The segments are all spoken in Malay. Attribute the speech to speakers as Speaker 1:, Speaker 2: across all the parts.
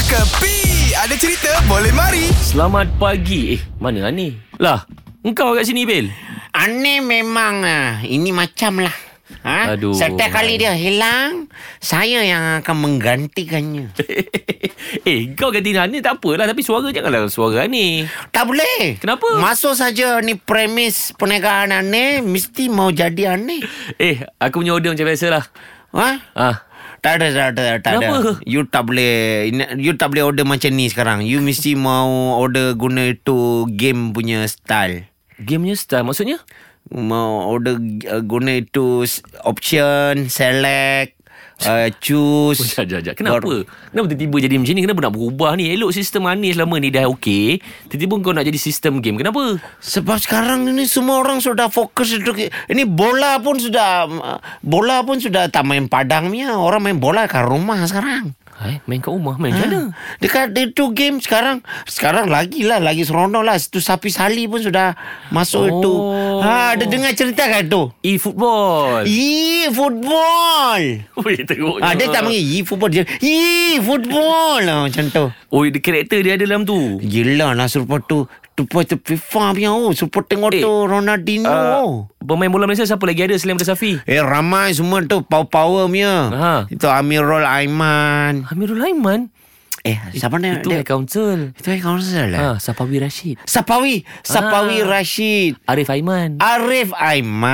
Speaker 1: Kepi Ada cerita boleh mari
Speaker 2: Selamat pagi. Eh, mana lah ni? Lah, engkau kat sini, Bil.
Speaker 3: Ani memang ah, ini macam lah. Ha?
Speaker 2: Aduh.
Speaker 3: Setiap kali dia hilang, saya yang akan menggantikannya.
Speaker 2: eh, kau ganti Hani tak apalah. Tapi suara janganlah suara lah ni.
Speaker 3: Tak boleh.
Speaker 2: Kenapa?
Speaker 3: Masuk saja ni premis perniagaan aneh, mesti mau jadi aneh.
Speaker 2: Eh, aku punya order macam biasalah.
Speaker 3: Ha?
Speaker 2: Ah,
Speaker 3: Tak ada, tak ada, tak ada.
Speaker 2: Kenapa?
Speaker 3: You tak boleh, you tak boleh order macam ni sekarang. You mesti mau order guna itu game punya style.
Speaker 2: gamenya style maksudnya?
Speaker 3: mau order uh, guna itu s- option select uh, choose
Speaker 2: Oh, jap, jap, jap. Kenapa? Kenapa tiba-tiba jadi macam ni? Kenapa nak berubah ni? Elok sistem Hani selama ni dah okey. Tiba-tiba kau nak jadi sistem game. Kenapa?
Speaker 3: sebab sekarang ini semua orang sudah fokus untuk ini bola pun sudah uh, bola pun sudah tak main padangnya orang main bola kat rumah sekarang
Speaker 2: Eh, main kat rumah. Main macam mana?
Speaker 3: Ha, Dekat itu game sekarang Sekarang lagi lah Lagi seronok lah Itu sapi sali pun sudah
Speaker 2: Oh.
Speaker 3: Masuk itu ha, Ada dengar cerita kat tu
Speaker 2: E-football.
Speaker 3: Ih football
Speaker 2: Weh, teruk.
Speaker 3: E- Ah, dia tak panggil Yee football Dia Yee football lah, Macam tu
Speaker 2: Oh, dia- karakter dia ada dalam tu.
Speaker 3: Yelah lah support tu Support tu FIFA punya oh. Support tengok
Speaker 2: Eh,
Speaker 3: tu Ronaldinho oh.
Speaker 2: Uh, pemain bola Malaysia siapa lagi ada selain daripada Safi?
Speaker 3: Eh ramai semua tu Power-power punya
Speaker 2: Ha.
Speaker 3: Itu Amirul Aiman
Speaker 2: Amirul Aiman.
Speaker 3: Eh siapa ni
Speaker 2: Itu
Speaker 3: dia,
Speaker 2: head council.
Speaker 3: Itu yang kawan lah
Speaker 2: Ha, Safawi Rashid.
Speaker 3: Sapawi Sapawi
Speaker 2: Ah.
Speaker 3: Rashid
Speaker 2: Arif Aiman.
Speaker 3: Arif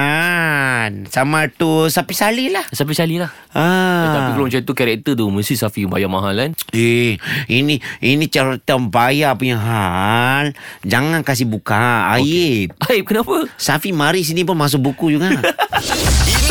Speaker 3: Aiman Sama tu Sapi Sali lah
Speaker 2: Safi Sali lah.
Speaker 3: ah.
Speaker 2: Tapi kalau macam tu karakter tu mesti Safi bayar mahal kan.
Speaker 3: Eh, ini ini cerita bayar punya hal. Jangan kasih buka aib.
Speaker 2: Aib kenapa?
Speaker 3: Safi mari sini pun masuk buku juga.
Speaker 1: Ini